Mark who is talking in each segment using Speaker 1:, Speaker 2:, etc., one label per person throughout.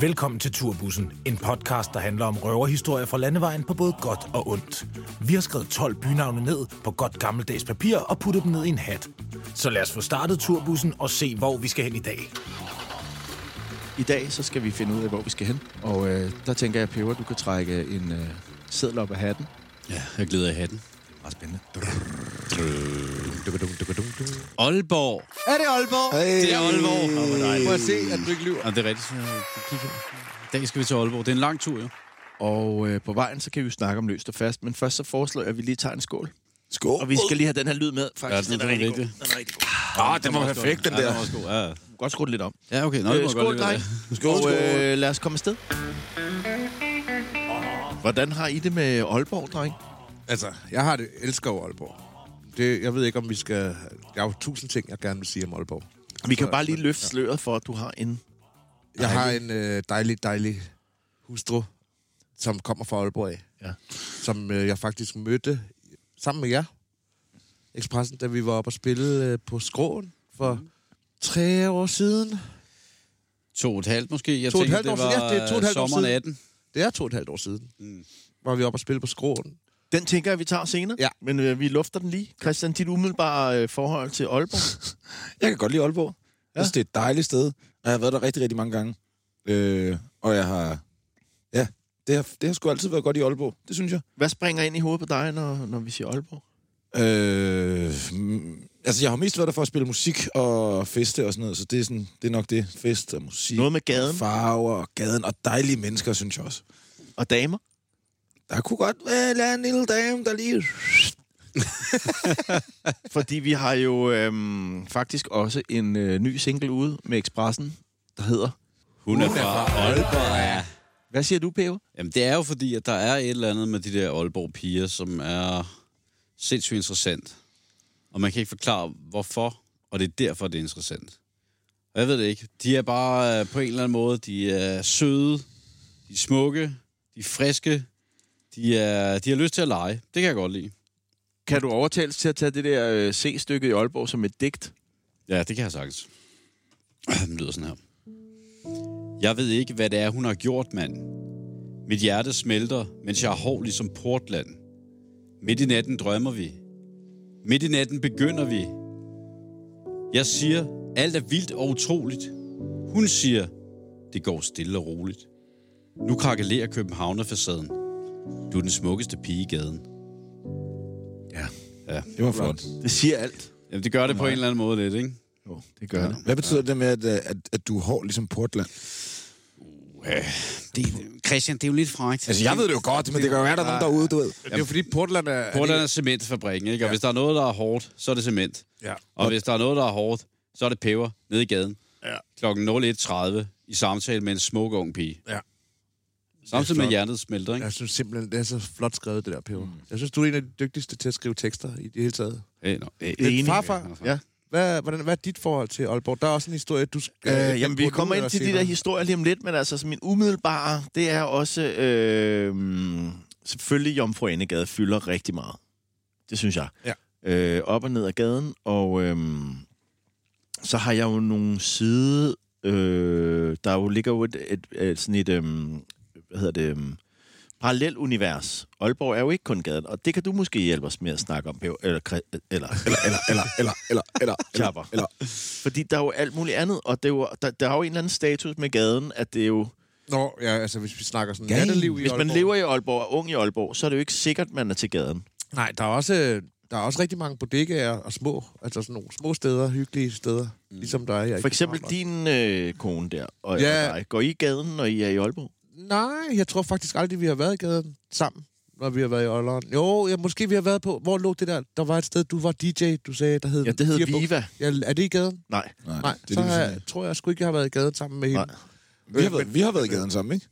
Speaker 1: Velkommen til Turbussen, en podcast, der handler om røverhistorier fra landevejen på både godt og ondt. Vi har skrevet 12 bynavne ned på godt gammeldags papir og puttet dem ned i en hat. Så lad os få startet Turbussen og se, hvor vi skal hen i dag.
Speaker 2: I dag så skal vi finde ud af, hvor vi skal hen. Og øh, der tænker jeg, Peber, du kan trække en øh, seddel op af hatten.
Speaker 3: Ja, jeg glider i hatten.
Speaker 2: Meget spændende.
Speaker 3: Aalborg.
Speaker 4: Er det Aalborg?
Speaker 2: Hey.
Speaker 3: Det er Aalborg. Åh, hvor dejligt.
Speaker 4: Må jeg se, at du ikke lyver.
Speaker 3: Ja, det er rigtigt. så jeg kigger. I dag skal vi til Aalborg. Det er en lang tur, jo.
Speaker 2: Og øh, på vejen, så kan vi jo snakke om løst og fast. Men først så foreslår jeg, at vi lige tager en skål.
Speaker 4: Skål.
Speaker 2: Og vi skal lige have den her lyd med, faktisk.
Speaker 3: Ja, den er rigtig god.
Speaker 2: Den er rigtig god.
Speaker 3: Ah, den var
Speaker 4: perfekt, den
Speaker 3: Ja,
Speaker 4: der.
Speaker 3: den var også god. Ja,
Speaker 2: Du kan godt skrue den lidt om.
Speaker 3: ja okay. Nå, det
Speaker 2: Øh,
Speaker 3: må
Speaker 2: skål,
Speaker 3: godt lide,
Speaker 2: dig.
Speaker 4: Skål,
Speaker 2: Og
Speaker 4: skål.
Speaker 2: øh, lad os komme afsted. Hvordan har I det med Aalborg, dreng?
Speaker 4: Altså, jeg har det. elsker jo Aalborg. Det, jeg ved ikke, om vi skal... Jeg har jo tusind ting, jeg gerne vil sige om Aalborg.
Speaker 2: Vi kan bare lige løfte sløret for, at du har en...
Speaker 4: Jeg har en øh, dejlig, dejlig hustru, som kommer fra Aalborg af.
Speaker 2: Ja.
Speaker 4: Som øh, jeg faktisk mødte sammen med jer. Expressen, da vi var oppe og spille øh, på Skråen for
Speaker 2: Mm.
Speaker 4: tre år siden.
Speaker 3: To og et halvt, måske. Jeg
Speaker 4: To og et
Speaker 3: tænkte,
Speaker 4: halvt år siden. Ja, det er to og et halvt år
Speaker 3: sommeren
Speaker 4: siden.
Speaker 3: 18.
Speaker 4: Det er to og et halvt år siden. Mm. Var vi oppe og spille på Skråen.
Speaker 2: Den tænker jeg, vi tager senere.
Speaker 4: Ja.
Speaker 2: Men øh, vi lufter den lige. Christian, dit umiddelbare øh, forhold til Aalborg?
Speaker 5: Jeg kan godt lide Aalborg. Ja. Jeg synes, det er et dejligt sted. Og jeg har været der rigtig, rigtig mange gange. Øh, og jeg har... Ja, det har, det har sgu altid været godt i Aalborg. Det synes jeg.
Speaker 2: Hvad springer ind i hovedet på dig, når, når vi siger Aalborg?
Speaker 5: Øh, mm, altså, jeg har mest været der for at spille musik og feste og sådan noget. Så det er, sådan, det er nok det. Fest og musik.
Speaker 2: Noget med gaden
Speaker 5: Farver og gaden og dejlige mennesker, synes jeg også.
Speaker 2: og damer.
Speaker 5: Der kunne godt være være en lille dame, der lige...
Speaker 2: Fordi vi har jo øhm, faktisk også en øh, ny single ude med Expressen, der hedder...
Speaker 3: Hun er fra Aalborg, ja.
Speaker 2: Hvad siger du, Peve?
Speaker 3: Jamen, det er jo fordi, at der er et eller andet med de der Aalborg-piger, som er sindssygt interessant. Og man kan ikke forklare, hvorfor, og det er derfor, det er interessant. Og jeg ved det ikke. De er bare øh, på en eller anden måde, de er søde, de er smukke, de er friske, de, er, de har lyst til at lege. Det kan jeg godt lide.
Speaker 2: Kan du overtales til at tage det der øh, C-stykke i Aalborg som et digt?
Speaker 3: Ja, det kan jeg sagtens. Den lyder sådan her. Jeg ved ikke, hvad det er, hun har gjort, mand. Mit hjerte smelter, mens jeg er hård ligesom Portland. Midt i natten drømmer vi. Midt i natten begynder vi. Jeg siger, alt er vildt og utroligt. Hun siger, det går stille og roligt. Nu krakelerer Københavnerfacaden. Du er den smukkeste pige i gaden.
Speaker 5: Det var flot.
Speaker 2: Det siger alt.
Speaker 3: Jamen, det gør det på en eller anden måde lidt, ikke?
Speaker 2: Jo, det gør det.
Speaker 5: Hvad betyder det med, at, øh, at, at du er hård ligesom Portland?
Speaker 3: det Christian, det er jo lidt frækt.
Speaker 5: Altså, jeg ved det jo godt, men det kan jo være, der er nogen derude, du ved.
Speaker 4: Men det er jo fordi Portland er...
Speaker 3: Portland er cementfabrikken, ikke? Og ja. hvis der er noget, der er hårdt, så er det cement.
Speaker 4: Ja.
Speaker 3: Og hvis der er noget, der er hårdt, så er det peber nede i gaden. Ja. Klokken 01.30 i samtale med en smuk ung pige.
Speaker 4: Ja.
Speaker 3: Samtidig med
Speaker 4: flot.
Speaker 3: hjertet smelter, ikke?
Speaker 4: Jeg synes simpelthen, det er så flot skrevet, det der, Peber. Mm. Jeg synes, du er en af de dygtigste til at skrive tekster i det hele taget.
Speaker 3: Ja. Hey, no. hey,
Speaker 2: Det er enig.
Speaker 4: Farfar,
Speaker 3: Ja.
Speaker 4: ja. hvad, hvordan, hvad er dit forhold til Aalborg? Der er også en historie, du skal...
Speaker 2: Øh, jamen, vi kommer ind til de der historier lige om lidt, men altså, så min umiddelbare, det er også... Øh, selvfølgelig, Jomfru Anegade fylder rigtig meget. Det synes jeg.
Speaker 4: Ja.
Speaker 2: Øh, op og ned ad gaden, og øh, så har jeg jo nogle side... Øh, der jo ligger jo et, et, et sådan et... Øh, hvad hedder det... Øh, parallel univers. Aalborg er jo ikke kun gaden, og det kan du måske hjælpe os med at snakke om, Peo, eller, Kri- eller, eller, eller, eller,
Speaker 5: Eller, eller, eller, eller,
Speaker 2: Klapper.
Speaker 5: eller.
Speaker 2: fordi der er jo alt muligt andet, og det er jo, der, der er jo en eller anden status med gaden, at det er jo...
Speaker 4: Nå, ja, altså hvis vi snakker sådan
Speaker 5: Ja,
Speaker 4: natteliv i
Speaker 2: Hvis man
Speaker 4: Aalborg.
Speaker 2: lever i Aalborg og er ung i Aalborg, så er det jo ikke sikkert, man er til gaden.
Speaker 4: Nej, der er også, øh, der er også rigtig mange bodegaer og små, altså sådan nogle små steder, hyggelige steder, mm. ligesom der er her i
Speaker 2: For eksempel
Speaker 4: København.
Speaker 2: din øh, kone der, og
Speaker 4: Ja.
Speaker 2: ja. dig. Går I i gaden, når I er i Aalborg?
Speaker 4: Nej, jeg tror faktisk aldrig, vi har været i gaden sammen, når vi har været i Aalborg. Jo, ja, måske vi har været på... Hvor lå det der? Der var et sted, du var DJ, du sagde, der hed...
Speaker 2: Ja, det hedder
Speaker 4: Fire Buk-
Speaker 2: Viva.
Speaker 4: Ja, er det i gaden?
Speaker 2: Nej.
Speaker 5: Nej,
Speaker 4: Nej,
Speaker 5: det
Speaker 4: så
Speaker 5: er det, vi
Speaker 4: har
Speaker 5: siger.
Speaker 4: jeg, tror jeg sgu ikke, jeg har været i gaden sammen med hende.
Speaker 2: Nej.
Speaker 5: Vi har, været, vi har været i gaden sammen, ikke?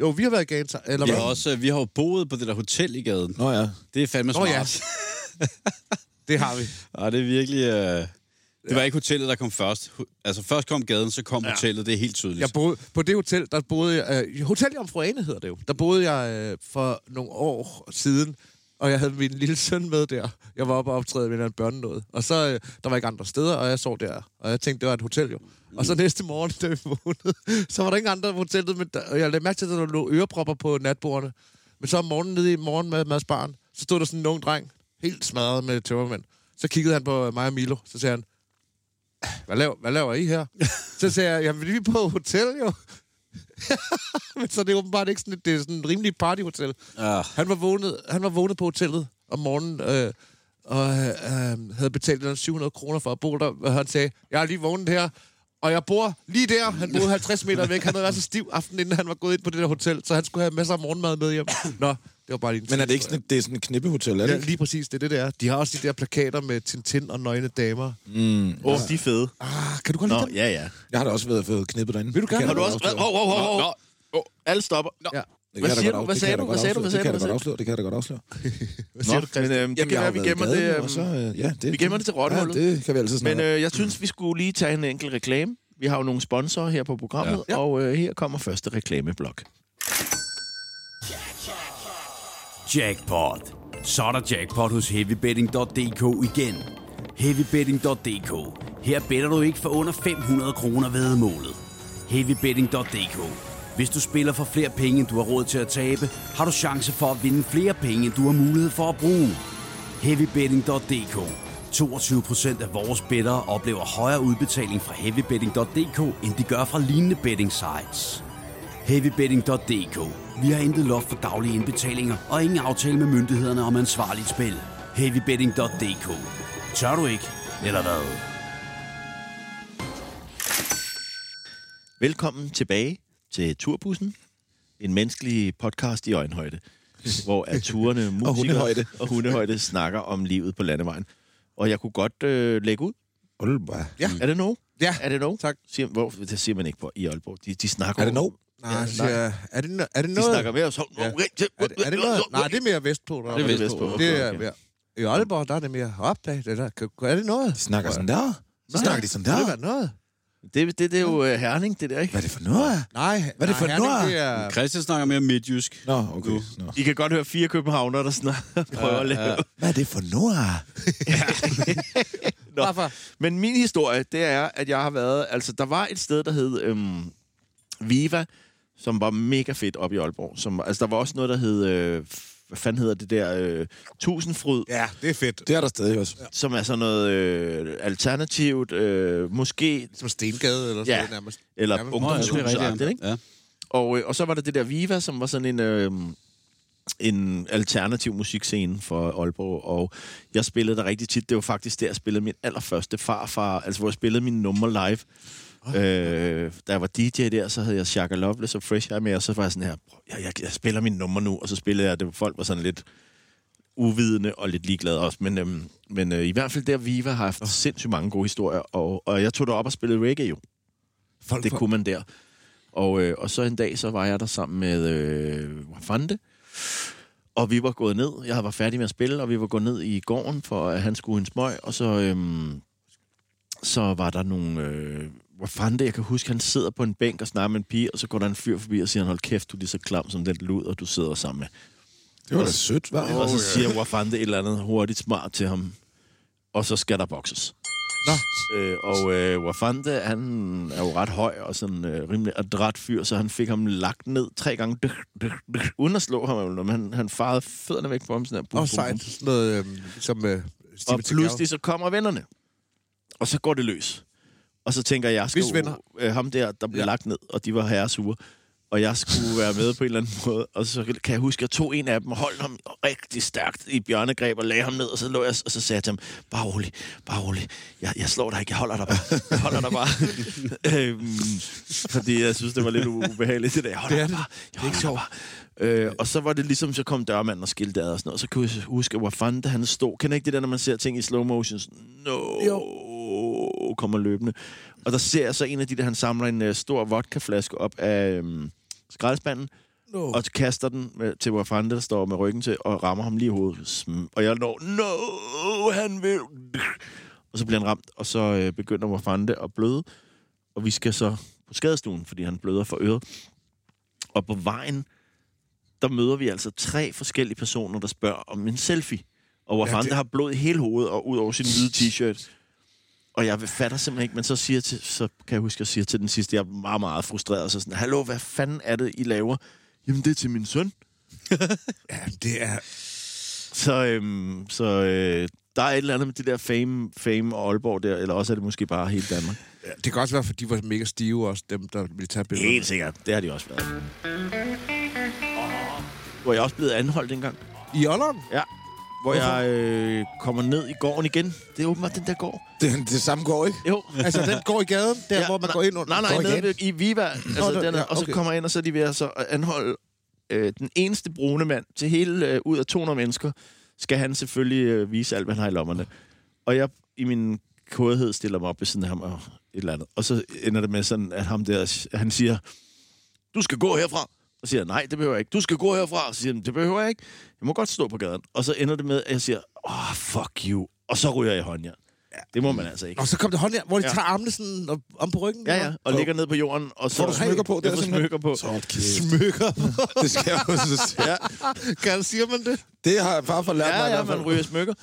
Speaker 4: Jo, vi har været i gaden sammen. Eller
Speaker 3: Vi
Speaker 4: ja.
Speaker 3: har,
Speaker 4: hvad?
Speaker 3: også, øh, vi har jo boet på det der hotel i gaden.
Speaker 5: Nå ja.
Speaker 3: Det er fandme
Speaker 4: Nå
Speaker 3: smart.
Speaker 4: ja. Det har vi.
Speaker 3: Ej, det er virkelig... Øh... Det var ikke hotellet, der kom først. Hu- Altså, først kom gaden, så kom ja. hotellet. Det er helt tydeligt.
Speaker 4: Jeg boede, på det hotel, der boede jeg... Øh, hotel Jomfru Ane hedder det jo. Der boede jeg øh, for nogle år siden og jeg havde min lille søn med der. Jeg var oppe og optræde med en børnenåd. Og så, øh, der var ikke andre steder, og jeg sov der. Og jeg tænkte, det var et hotel jo. Og så næste morgen, da vi vågnede, så var der ikke andre på hotellet. Men der, og jeg lagde mærke til, at der lå ørepropper på natbordene. Men så om morgenen nede i morgen med Mads Barn, så stod der sådan en ung dreng, helt smadret med tømmermænd. Så kiggede han på mig og Milo, så sagde han, hvad laver, hvad laver I her? så sagde jeg, jamen vi er på hotel jo. Men så er det er åbenbart ikke sådan, et- det er sådan et rimeligt partyhotel.
Speaker 3: Ah.
Speaker 4: Han var vågnet, han var vågnet på hotellet om morgenen, øh, og øh, øh, havde betalt en 700 kroner for at bo der. Og han sagde, jeg er lige vågnet her, og jeg bor lige der. Han boede 50 meter væk. Han havde været så stiv aften, inden han var gået ind på det der hotel, så han skulle have masser af morgenmad med hjem. Nå, det var bare lige en
Speaker 5: Men er det
Speaker 4: tidshistorie.
Speaker 5: ikke sådan, et- det er sådan et knippehotel, er det
Speaker 4: Ja,
Speaker 5: ikke?
Speaker 4: lige præcis, det er det, der. De har også de der plakater med Tintin og nøgne damer.
Speaker 2: Åh, oh, de er fede.
Speaker 4: Ah, kan du godt
Speaker 2: Nå,
Speaker 4: lide dem?
Speaker 2: ja, ja.
Speaker 5: Jeg har da også været fået knippet derinde.
Speaker 4: Vil du gerne?
Speaker 5: Det kan
Speaker 2: Har
Speaker 5: jeg
Speaker 2: du
Speaker 5: da
Speaker 2: også...
Speaker 5: godt
Speaker 2: Hov, hov, hov, hov. Åh, Alle stopper. Nå.
Speaker 4: Ja.
Speaker 5: afsløre. Det kan
Speaker 2: Hvad
Speaker 5: jeg da
Speaker 2: siger du?
Speaker 5: godt af-
Speaker 2: Hvad
Speaker 5: det
Speaker 2: sagde
Speaker 5: kan jeg
Speaker 2: du?
Speaker 5: da
Speaker 2: Hvad
Speaker 5: godt
Speaker 2: sagde du?
Speaker 5: afsløre.
Speaker 2: Hvad
Speaker 5: Det kan
Speaker 2: sagde
Speaker 5: jeg da
Speaker 2: du?
Speaker 5: godt afsløre. Det kan jeg da godt afsløre.
Speaker 4: Hvad siger du?
Speaker 2: Men øhm, det
Speaker 5: Jamen,
Speaker 2: kan
Speaker 5: jeg har
Speaker 2: være, vi
Speaker 5: været i
Speaker 2: gemmer det,
Speaker 5: gaden,
Speaker 2: øhm,
Speaker 5: og så, øh, ja, det,
Speaker 2: vi gemmer det til rottehullet.
Speaker 5: Ja, det kan vi altid snakke
Speaker 2: Men
Speaker 5: om.
Speaker 2: øh, jeg synes, vi skulle lige tage en enkelt reklame. Vi har jo nogle sponsorer her på programmet, ja. og øh, her kommer første reklameblok.
Speaker 6: Jackpot. Så er der jackpot hos heavybetting.dk igen. Heavybetting.dk. Her better du ikke for under 500 kroner ved målet. Heavybetting.dk. Hvis du spiller for flere penge, end du har råd til at tabe, har du chance for at vinde flere penge, end du har mulighed for at bruge. Heavybetting.dk. 22% af vores bettere oplever højere udbetaling fra heavybetting.dk, end de gør fra lignende betting sites. Heavybetting.dk. Vi har intet loft for daglige indbetalinger og ingen aftale med myndighederne om ansvarligt spil. Heavybetting.dk. Tør du ikke, eller hvad?
Speaker 2: Velkommen tilbage til Turbussen, en menneskelig podcast i øjenhøjde, hvor at turene, musikere
Speaker 5: hundehøjde.
Speaker 2: og hundehøjde snakker om livet på landevejen. Og jeg kunne godt øh, lægge ud.
Speaker 5: Olba.
Speaker 4: Ja.
Speaker 2: Er det no?
Speaker 4: Ja.
Speaker 2: Er det no?
Speaker 4: Tak.
Speaker 2: Siger, hvor, det siger man ikke på i Aalborg. De, de snakker
Speaker 5: Er det no?
Speaker 4: Nej, så siger jeg, er det, no- er det
Speaker 2: De
Speaker 4: noget?
Speaker 2: snakker med os.
Speaker 4: Ja. Er det, er det noget? Nej, det er mere vestpå. Der.
Speaker 3: Det er
Speaker 2: vestpå, okay,
Speaker 4: Det er
Speaker 2: okay.
Speaker 4: mere. I Aalborg, der er det mere op af. Det der. Kan- Er det noget?
Speaker 5: De snakker sådan der. Så snakker de sådan der.
Speaker 4: Kan det være noget?
Speaker 2: det, det, det er jo øh, herning, det der, ikke?
Speaker 5: Hvad er det for noget?
Speaker 4: Nej.
Speaker 5: Hvad er
Speaker 4: nej,
Speaker 5: det for
Speaker 4: Herning,
Speaker 5: noget?
Speaker 4: Det er,
Speaker 3: Christian snakker mere midtjysk.
Speaker 5: Nå, okay. Nå.
Speaker 2: I kan godt høre fire københavnere, der snakker, prøver at lave.
Speaker 5: Hvad er det for noget?
Speaker 2: Nå. Men min historie, det er, at jeg har været... Altså, der var et sted, der hed øhm, Viva, som var mega fedt op i Aalborg. Som, altså, der var også noget, der hed... Øh, hvad fanden hedder det der? Øh, Tusindfryd, ja.
Speaker 4: ja, det er fedt.
Speaker 5: Det er der stadig også.
Speaker 2: som er sådan noget øh, alternativt, øh, måske...
Speaker 4: Som Stengade eller sådan
Speaker 2: Ja.
Speaker 4: noget nærmest.
Speaker 2: Eller
Speaker 4: men-
Speaker 3: Nå, ja,
Speaker 2: ungdomshus,
Speaker 3: det er rigtigt, ja.
Speaker 2: ikke?
Speaker 3: Ja.
Speaker 2: Og, øh, og så var der det der Viva, som var sådan en, øh, en alternativ musikscene for Aalborg, og jeg spillede der rigtig tit. Det var faktisk der, jeg spillede min allerførste farfar, altså hvor jeg spillede mine numre live. Øh, da jeg var DJ der, så havde jeg Shaka Loveless og Fresh Air med, og så var jeg sådan her, "Prøv, jeg, jeg, jeg spiller mine numre nu, og så spillede jeg det, folk var sådan lidt uvidende og lidt ligeglade også, men, øhm, men øh, i hvert fald der Viva har haft sindssygt mange gode historier, og, og jeg tog derop og spillede reggae jo.
Speaker 4: Folk
Speaker 2: Det
Speaker 4: fra-
Speaker 2: kunne man der. Og, øh, og så en dag, så var jeg der sammen med øh, Fante, og vi var gået ned. Jeg var færdig med at spille, og vi var gået ned i gården, for at han skulle en smøg, og så, øhm, så var der nogle... Øh, hvor fanden det, jeg kan huske, han sidder på en bænk og snakker med en pige, og så går der en fyr forbi og siger, hold kæft, du er lige så klam som den luder, du sidder sammen med.
Speaker 5: Det var da sødt, hva'?
Speaker 2: Oh, og så siger yeah. Wafande et eller andet hurtigt smart til ham. Og så skal der bokses. Nå. Øh, og øh, Wafande, han er jo ret høj og sådan øh, rimelig adræt fyr, så han fik ham lagt ned tre gange, dyk, dyk, dyk, uden at slå ham, eller noget, men han, han farede fødderne væk på ham sådan her. Bum,
Speaker 4: Åh, oh,
Speaker 2: bum, bum.
Speaker 4: sejt. Sådan noget, øhm, som øh, Steven
Speaker 2: Og pludselig så kommer vennerne. Og så går det løs. Og så tænker jeg, jeg skal
Speaker 4: Hvis venner.
Speaker 2: øh, ham der, der blev ja.
Speaker 4: Ja.
Speaker 2: lagt ned, og de var herresure. Og jeg skulle være med på en eller anden måde. Og så kan jeg huske, at jeg tog en af dem og holdt ham rigtig stærkt i bjørnegreb og lagde ham ned. Og så lå jeg, og så sagde jeg til ham, bare rolig, bare rolig. Jeg, jeg slår dig ikke, jeg holder dig bare. Jeg holder dig bare. øhm, fordi jeg synes, det var lidt ubehageligt det der. Jeg holder dig bare. Jeg holder dig bare. Øh, og så var det ligesom, så kom dørmanden og skilte ad og sådan noget. Og så kunne jeg huske, hvor fanden det han stod. Kender I ikke det der, når man ser ting i slow motion? Sådan, No, jo. kommer løbende. Og der ser jeg så en af de der, han samler en øh, stor vodkaflaske op af øhm, skraldespanden. No. Og kaster den med, til Wafande, der står med ryggen til, og rammer ham lige i hovedet. Sm- Og jeg når, no, han vil... Og så bliver han ramt, og så øh, begynder Wafande at bløde. Og vi skal så på skadestuen, fordi han bløder for øret. Og på vejen, der møder vi altså tre forskellige personer, der spørger om en selfie. Og hvor ja, det... har blod i hele hovedet og ud over sin hvide t-shirt. Og jeg fatter simpelthen ikke, men så, siger jeg til, så kan jeg huske, at jeg siger til den sidste, jeg er meget, meget frustreret, så sådan, hallo, hvad fanden er det, I laver? Jamen, det er til min søn.
Speaker 5: Ja, det er...
Speaker 2: Så, øhm, så øh, der er et eller andet med det der fame, fame og Aalborg der, eller også er det måske bare hele Danmark.
Speaker 4: Det kan også være, fordi de var mega stive også, dem, der ville tage billeder.
Speaker 2: Helt sikkert, det har de også været. Hvor jeg også blevet anholdt engang.
Speaker 4: I ålderen?
Speaker 2: Ja. Hvor jeg øh, kommer ned i gården igen. Det er åbenbart den der gård.
Speaker 5: Det, det samme går ikke.
Speaker 2: Jo.
Speaker 4: Altså, den går i gaden, der ja, hvor man
Speaker 2: nej,
Speaker 4: går ind
Speaker 2: Nej,
Speaker 4: under.
Speaker 2: nej,
Speaker 4: går
Speaker 2: nede
Speaker 4: igen.
Speaker 2: ved, i Viva. Altså,
Speaker 4: der-
Speaker 2: den er,
Speaker 4: ja,
Speaker 2: Og så
Speaker 4: okay.
Speaker 2: kommer jeg ind, og så er de ved at så anholde øh, den eneste brune mand. Til hele øh, ud af 200 mennesker skal han selvfølgelig øh, vise alt, hvad han har i lommerne. Og jeg i min kodhed stiller mig op ved siden af ham og et eller andet. Og så ender det med sådan, at ham der, han siger, du skal gå herfra. Og siger jeg, nej, det behøver jeg ikke. Du skal gå herfra. Og siger han, det behøver jeg ikke. Jeg må godt stå på gaden. Og så ender det med, at jeg siger, åh, oh, fuck you. Og så ryger jeg i håndjern. Ja. Det må man altså ikke.
Speaker 4: Og så kom det hånd hvor de
Speaker 2: Ja.
Speaker 4: ja. tager armene sådan op, om på ryggen.
Speaker 2: Ja, ja, og ligger ned på jorden, og så...
Speaker 5: Får du smykker på?
Speaker 2: Jeg
Speaker 5: er
Speaker 2: får
Speaker 5: simpelthen-
Speaker 2: smykker på.
Speaker 5: Så kæft.
Speaker 4: Smykker.
Speaker 5: Det skal jeg også se.
Speaker 2: Ja,
Speaker 4: kan, siger man det?
Speaker 5: Det har far for lært mig. i
Speaker 2: ja, ja,
Speaker 5: hvert fald.
Speaker 2: man ryger smykker.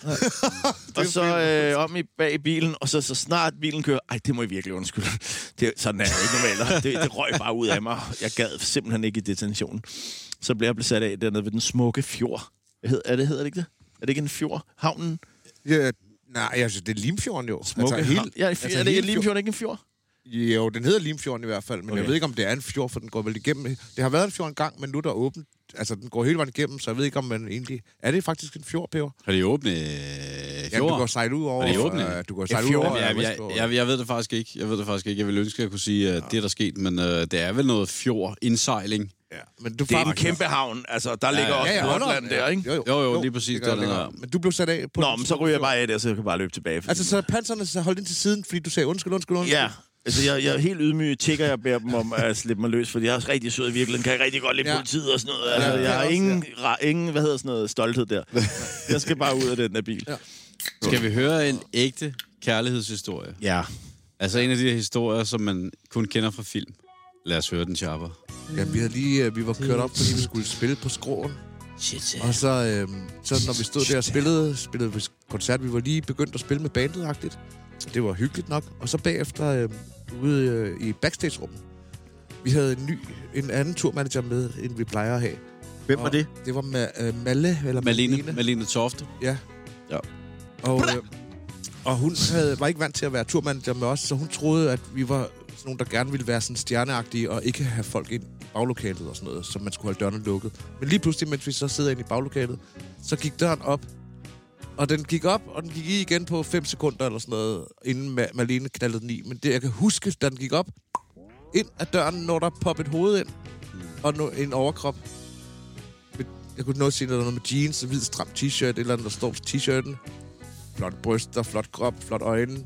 Speaker 2: og så øh, om i, bag i bilen, og så, så snart bilen kører... Ej, det må I virkelig undskylde. Det, sådan er jeg ikke normalt. Det, det røg bare ud af mig. Jeg gad simpelthen ikke i detentionen. Så blev jeg blevet sat af dernede ved den smukke fjord. Hvad hed, er det, hedder det ikke det? Er det ikke en fjord? Havnen?
Speaker 4: Ja, nej, altså, det er Limfjorden jo.
Speaker 2: Smukke
Speaker 4: altså,
Speaker 2: havn. Ja, altså, er det ikke
Speaker 4: hele
Speaker 2: en limfjord, ikke en fjord?
Speaker 4: Jo, den hedder Limfjorden i hvert fald, men okay.
Speaker 2: Okay.
Speaker 4: jeg ved ikke, om det er en fjord, for den går vel igennem. Det har været en fjord engang, men nu er der åbent. Altså, den går hele vejen igennem, så jeg ved ikke, om man egentlig... Er det faktisk en fjord, Peber?
Speaker 3: Har de åbne øh,
Speaker 4: Ja, du
Speaker 3: fjorde?
Speaker 4: kan sejle ud over...
Speaker 3: Er de åbne?
Speaker 4: øh, du kan sejle ud
Speaker 5: fjord?
Speaker 4: over...
Speaker 3: jeg, jeg,
Speaker 4: Vestfjord.
Speaker 3: jeg, jeg ved det faktisk ikke. Jeg ved det faktisk ikke. Jeg ville ønske, at jeg kunne sige, at det er der sket, men øh, det er vel noget fjord indsejling.
Speaker 4: ja. Men du
Speaker 2: Det er en kæmpe havn. Altså, der ligger også ja, Portland der, ikke?
Speaker 4: Jo, jo,
Speaker 3: Jo, jo, lige præcis,
Speaker 4: det gør
Speaker 3: der,
Speaker 4: det
Speaker 3: der,
Speaker 4: godt. Men du blev sat af på...
Speaker 2: Nå,
Speaker 4: den
Speaker 2: men så
Speaker 4: smukke
Speaker 2: ryger jeg
Speaker 4: fjord.
Speaker 2: bare af der, så jeg kan bare løbe tilbage.
Speaker 4: Altså, så panserne så holdt ind til siden, fordi du sagde undskyld, undskyld, undskyld.
Speaker 2: Ja, altså jeg, jeg er helt ydmyg, tigger jeg beder dem om at slippe mig løs, fordi jeg er også rigtig sød i virkeligheden, kan jeg rigtig godt lide ja.
Speaker 4: Ja.
Speaker 2: politiet og sådan noget. Altså,
Speaker 4: Ja, det
Speaker 2: jeg
Speaker 4: er
Speaker 2: har
Speaker 4: også,
Speaker 2: ingen, ra, ingen, hvad hedder sådan noget, stolthed der. Jeg skal bare ud af den der bil. Ja.
Speaker 3: Skal vi høre en ægte kærlighedshistorie?
Speaker 2: ja.
Speaker 3: Altså en af de her historier, som man kun kender fra film. Lad os høre den, Chopper.
Speaker 4: Ja, vi, havde lige, øh, vi var kørt op, fordi vi skulle spille på skråen. Shit, og så, øh, så når vi stod der og spillede, spillede vi koncert, vi var lige begyndt at spille med bandet-agtigt. Det var hyggeligt nok. Og så bagefter øh, ude øh, i backstage-rummet. Vi havde en ny, en anden turmanager med, end vi plejer at have.
Speaker 2: Hvem var
Speaker 4: Og
Speaker 2: det?
Speaker 4: Det var Ma- øh, Malle, eller
Speaker 3: Malene, Malene Tofte.
Speaker 4: Ja.
Speaker 2: Ja.
Speaker 4: Og, øh, og hun havde, var ikke vant til at være turmanager med os, så hun troede, at vi var sådan nogle, der gerne ville være sådan stjerneagtige og ikke have folk ind i baglokalet og sådan noget, så man skulle holde dørene lukket. Men lige pludselig, mens vi så sidder inde i baglokalet, så gik døren op, og den gik op, og den gik i igen på 5 sekunder eller sådan noget, inden Ma- Malene knaldede den i. Men det, jeg kan huske, da den gik op, ind ad døren, når der poppet hovedet ind, og no- en overkrop. Med- Jeg kunne nå at sige noget noget med jeans, en hvid stram t-shirt, et eller andet, der står på t-shirten. Flot bryster, flot krop, flot øjne.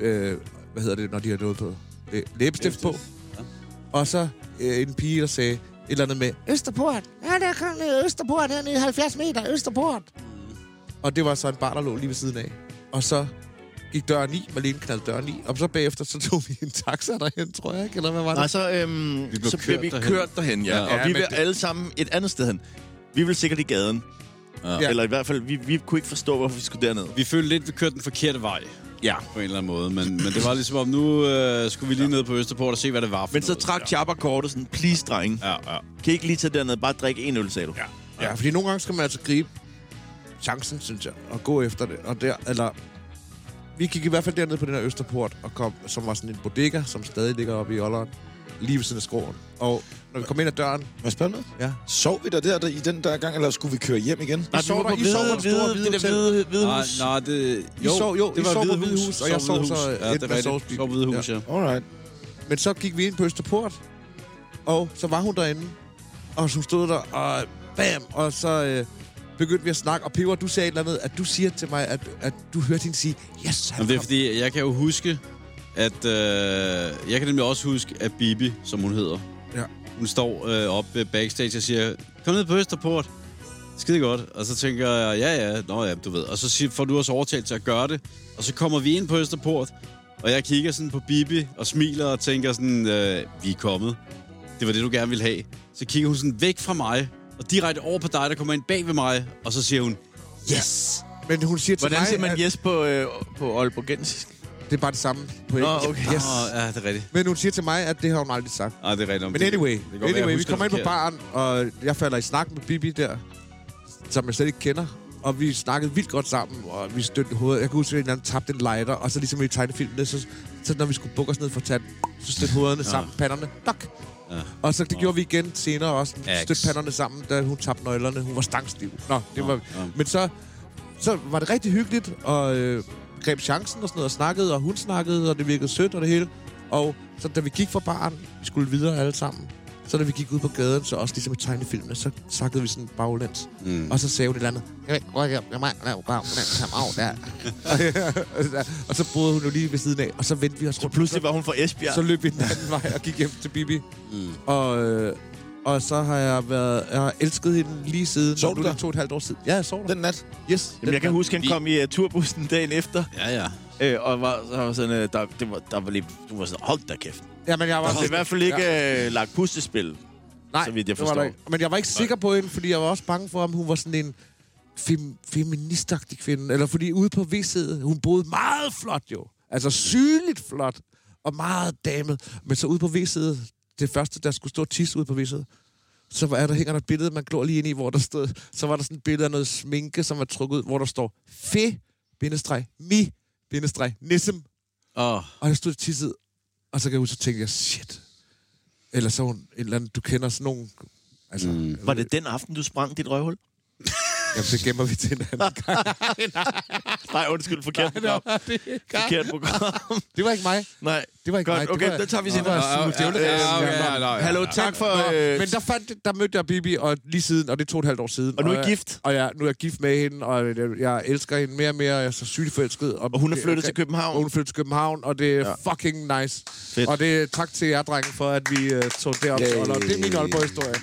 Speaker 4: Øh, hvad hedder det, når de har noget på? Øh, Læbestift på. Og så øh, en pige, der sagde et eller andet med, Østerport! Ja, der kom ned Østerport hernede, 70 meter, Østerport! Og det var så en bar, der lå lige ved siden af. Og så gik døren i, Malene knaldte døren i, og så bagefter, så tog vi en taxa derhen, tror jeg, ikke? Eller hvad var det?
Speaker 2: Nej, så, øhm,
Speaker 3: blev
Speaker 2: så bliver
Speaker 3: kørt
Speaker 2: vi
Speaker 3: derhen.
Speaker 2: kørt derhen, ja.
Speaker 3: Ja.
Speaker 2: Og
Speaker 4: Ja,
Speaker 2: vi
Speaker 4: men
Speaker 2: vil
Speaker 4: det-
Speaker 2: alle sammen et andet sted hen. Vi vil sikkert i gaden. Ja.
Speaker 4: Ja.
Speaker 2: Eller i hvert fald, vi, vi kunne ikke forstå, hvorfor vi skulle derned.
Speaker 3: Vi følte lidt, vi kørte den forkerte vej
Speaker 2: Ja.
Speaker 3: på en eller anden måde, men, men det var ligesom om, nu øh, skulle vi lige ned på Østerport og se, hvad det var for
Speaker 2: Men så
Speaker 3: noget.
Speaker 2: trak Chapper kortet sådan, please, drenge.
Speaker 3: Ja, ja.
Speaker 2: Kan I ikke lige tage derned, bare drikke en øl, sagde du. Ja.
Speaker 4: Ja, fordi nogle gange skal man altså gribe chancen, synes jeg, og gå efter det. Og der, eller, vi gik i hvert fald derned på den her Østerport, og kom, som var sådan en bodega, som stadig ligger oppe i Olleren, lige ved siden af skroen. Og når vi kom ind ad døren,
Speaker 5: Må jeg spørge noget?
Speaker 4: ja,
Speaker 5: Sov vi der, der, der i den der gang, eller skulle vi køre hjem igen?
Speaker 2: Nej, vi
Speaker 4: I sov
Speaker 2: var
Speaker 4: der-
Speaker 2: på
Speaker 4: I sov
Speaker 2: hvide,
Speaker 4: der store
Speaker 2: hvide,
Speaker 4: Hvide
Speaker 2: det der
Speaker 4: Hotel.
Speaker 2: hvide, hvide
Speaker 3: Nej,
Speaker 2: hus.
Speaker 3: nej, det...
Speaker 4: I sov- jo, I sov på Hvide Hus, og jeg
Speaker 3: Sov
Speaker 4: sov
Speaker 3: Hvide
Speaker 4: så,
Speaker 3: Hus.
Speaker 4: øh,
Speaker 3: ja,
Speaker 4: enten
Speaker 3: det er
Speaker 4: med
Speaker 3: rigtigt.
Speaker 4: sovsbil.
Speaker 3: Sov på Hvide Hus, ja.
Speaker 5: Alright.
Speaker 4: Men så gik vi ind på Østerport, og så var hun derinde. Og hun stod der, og bam, og så øh, begyndte vi at snakke. Og Peber, du sagde et eller andet, at du siger til mig, at, at du hørte hende sige, yes, han
Speaker 3: Jamen, det er
Speaker 4: kom."
Speaker 3: fordi, jeg kan jo huske, at... Øh, jeg kan nemlig også huske, at Bibi, som hun hedder,
Speaker 4: Ja.
Speaker 3: hun står øh, oppe ved backstage og siger, kom ned på Østerport. Skide godt. Og så tænker jeg, ja, ja, nå ja, du ved. Og så siger, får du også overtalt til at gøre det. Og så kommer vi ind på Østerport, og jeg kigger sådan på Bibi og smiler og tænker sådan, øh, vi er kommet. Det var det, du gerne ville have. Så kigger hun sådan væk fra mig og direkte over på dig, der kommer ind bag ved mig, og så siger hun, yes!
Speaker 4: Men hun siger til
Speaker 2: Hvordan
Speaker 4: mig,
Speaker 2: siger man
Speaker 4: at
Speaker 2: yes på, øh, på Aalborgensisk?
Speaker 4: det er bare det samme på
Speaker 2: Nå,
Speaker 4: engelsk.
Speaker 2: okay.
Speaker 4: Yes.
Speaker 3: Åh, ja, det er rigtigt.
Speaker 4: Men hun siger til mig, at det har hun aldrig sagt.
Speaker 3: Ej, Ah, det er rigtigt.
Speaker 4: Men anyway,
Speaker 3: det,
Speaker 4: anyway, vi kommer ind på
Speaker 3: bar.
Speaker 4: baren, og jeg falder i snak med Bibi der, som jeg slet ikke kender. Og vi snakkede vildt godt sammen, og vi støttede hovedet. Jeg kan huske, at en eller anden tabte en lighter, og så ligesom i tegnefilmene, så, så når vi skulle bukke os ned for tanden, så støttede hovederne sammen, panderne, nok.
Speaker 3: Ja.
Speaker 4: Og så det gjorde vi igen senere også,
Speaker 3: Aks.
Speaker 4: støtte panderne sammen, da hun tabte nøglerne. Hun var stangstiv. Nå, det var... Men så, så var det rigtig hyggeligt, og øh, greb chancen og sådan noget, og snakkede, og hun snakkede, og det virkede sødt og det hele. Og så da vi gik fra baren, vi skulle videre alle sammen, så da vi gik ud på gaden, så også ligesom i tegnefilmene, så snakkede vi sådan baglæns. Mm. Og så sagde hun et eller andet. "Jeg ved godt, jeg- jeg må ikke lave gavn, men kom over der." og så boede hun jo lige ved siden af, og så vendte vi os rundt.
Speaker 2: Pludselig var hun fra Esbjerg.
Speaker 4: Så løb vi den anden vej og gik hjem til Bibi. Mm. Og, øh, og så har jeg været... Jeg har elsket hende lige siden...
Speaker 5: Sov du
Speaker 4: nu er det
Speaker 5: der?
Speaker 4: to og et halvt år siden. Ja, jeg sov der.
Speaker 5: Den nat.
Speaker 4: yes.
Speaker 2: Jamen, jeg kan
Speaker 4: den-
Speaker 2: huske, han kom i uh, turbussen dagen efter,
Speaker 3: Ja, ja.
Speaker 2: øh, og var, så var sådan, øh, der, det var, der var lige, du var sådan, hold da kæft. Der
Speaker 4: Jamen, jeg var...
Speaker 2: var i hvert fald ikke øh, lagt pustespil.
Speaker 4: Nej,
Speaker 2: så vidt jeg
Speaker 4: det var der
Speaker 2: forstår.
Speaker 4: ikke. Men jeg var ikke sikker på hende, fordi jeg var også bange for, om hun var sådan en fem, feministagtig kvinde. Eller fordi ude på Vissede, hun boede meget flot jo. Altså sygeligt flot. Og meget damet. Men så ude på Vissede, det første, der skulle stå tis ude på Vissede, så var der, hænger der et billede, man glor lige ind i, hvor der stod, så var der sådan et billede af noget sminke, som var trukket ud, hvor der står fe, bindestreg, mi, bindestreg, nism,
Speaker 3: Åh,
Speaker 4: og jeg stod tisset, og så kan jeg ud, så tænkte jeg, shit. Eller så en eller anden, du kender sådan nogen... Altså, mm.
Speaker 2: Var det den aften, du sprang dit røvhul?
Speaker 4: jamen, det gemmer vi til en anden gang.
Speaker 2: Nej, undskyld, forkert program. Forkert program.
Speaker 4: Det var ikke mig.
Speaker 2: Nej,
Speaker 4: Det var ikke mig.
Speaker 2: godt.
Speaker 4: Det
Speaker 2: Okay,
Speaker 4: var-
Speaker 2: den tager vi
Speaker 4: Nå,
Speaker 2: senere.
Speaker 4: det var surt. Det var-
Speaker 2: Øh,
Speaker 4: okay, nej,
Speaker 2: Hallo, tak for...
Speaker 4: Nå,
Speaker 2: øh,
Speaker 4: men der, fandt, der mødte jeg Bibi, og lige siden, og det er to og et halvt år siden.
Speaker 2: Og nu er I
Speaker 4: jeg,
Speaker 2: gift?
Speaker 4: Og jeg, nu er jeg gift med hende, og jeg, jeg elsker hende mere og mere, og jeg er så sygt forelsket.
Speaker 2: Og hun er flyttet til København?
Speaker 4: Og hun er flyttet til København, og det er ja. fucking nice.
Speaker 2: Fedt.
Speaker 4: Fedt. Og det er tak til jer, drenge, for at vi uh, tog det op.
Speaker 5: Yay.
Speaker 4: Og det er min Aalborg-historie.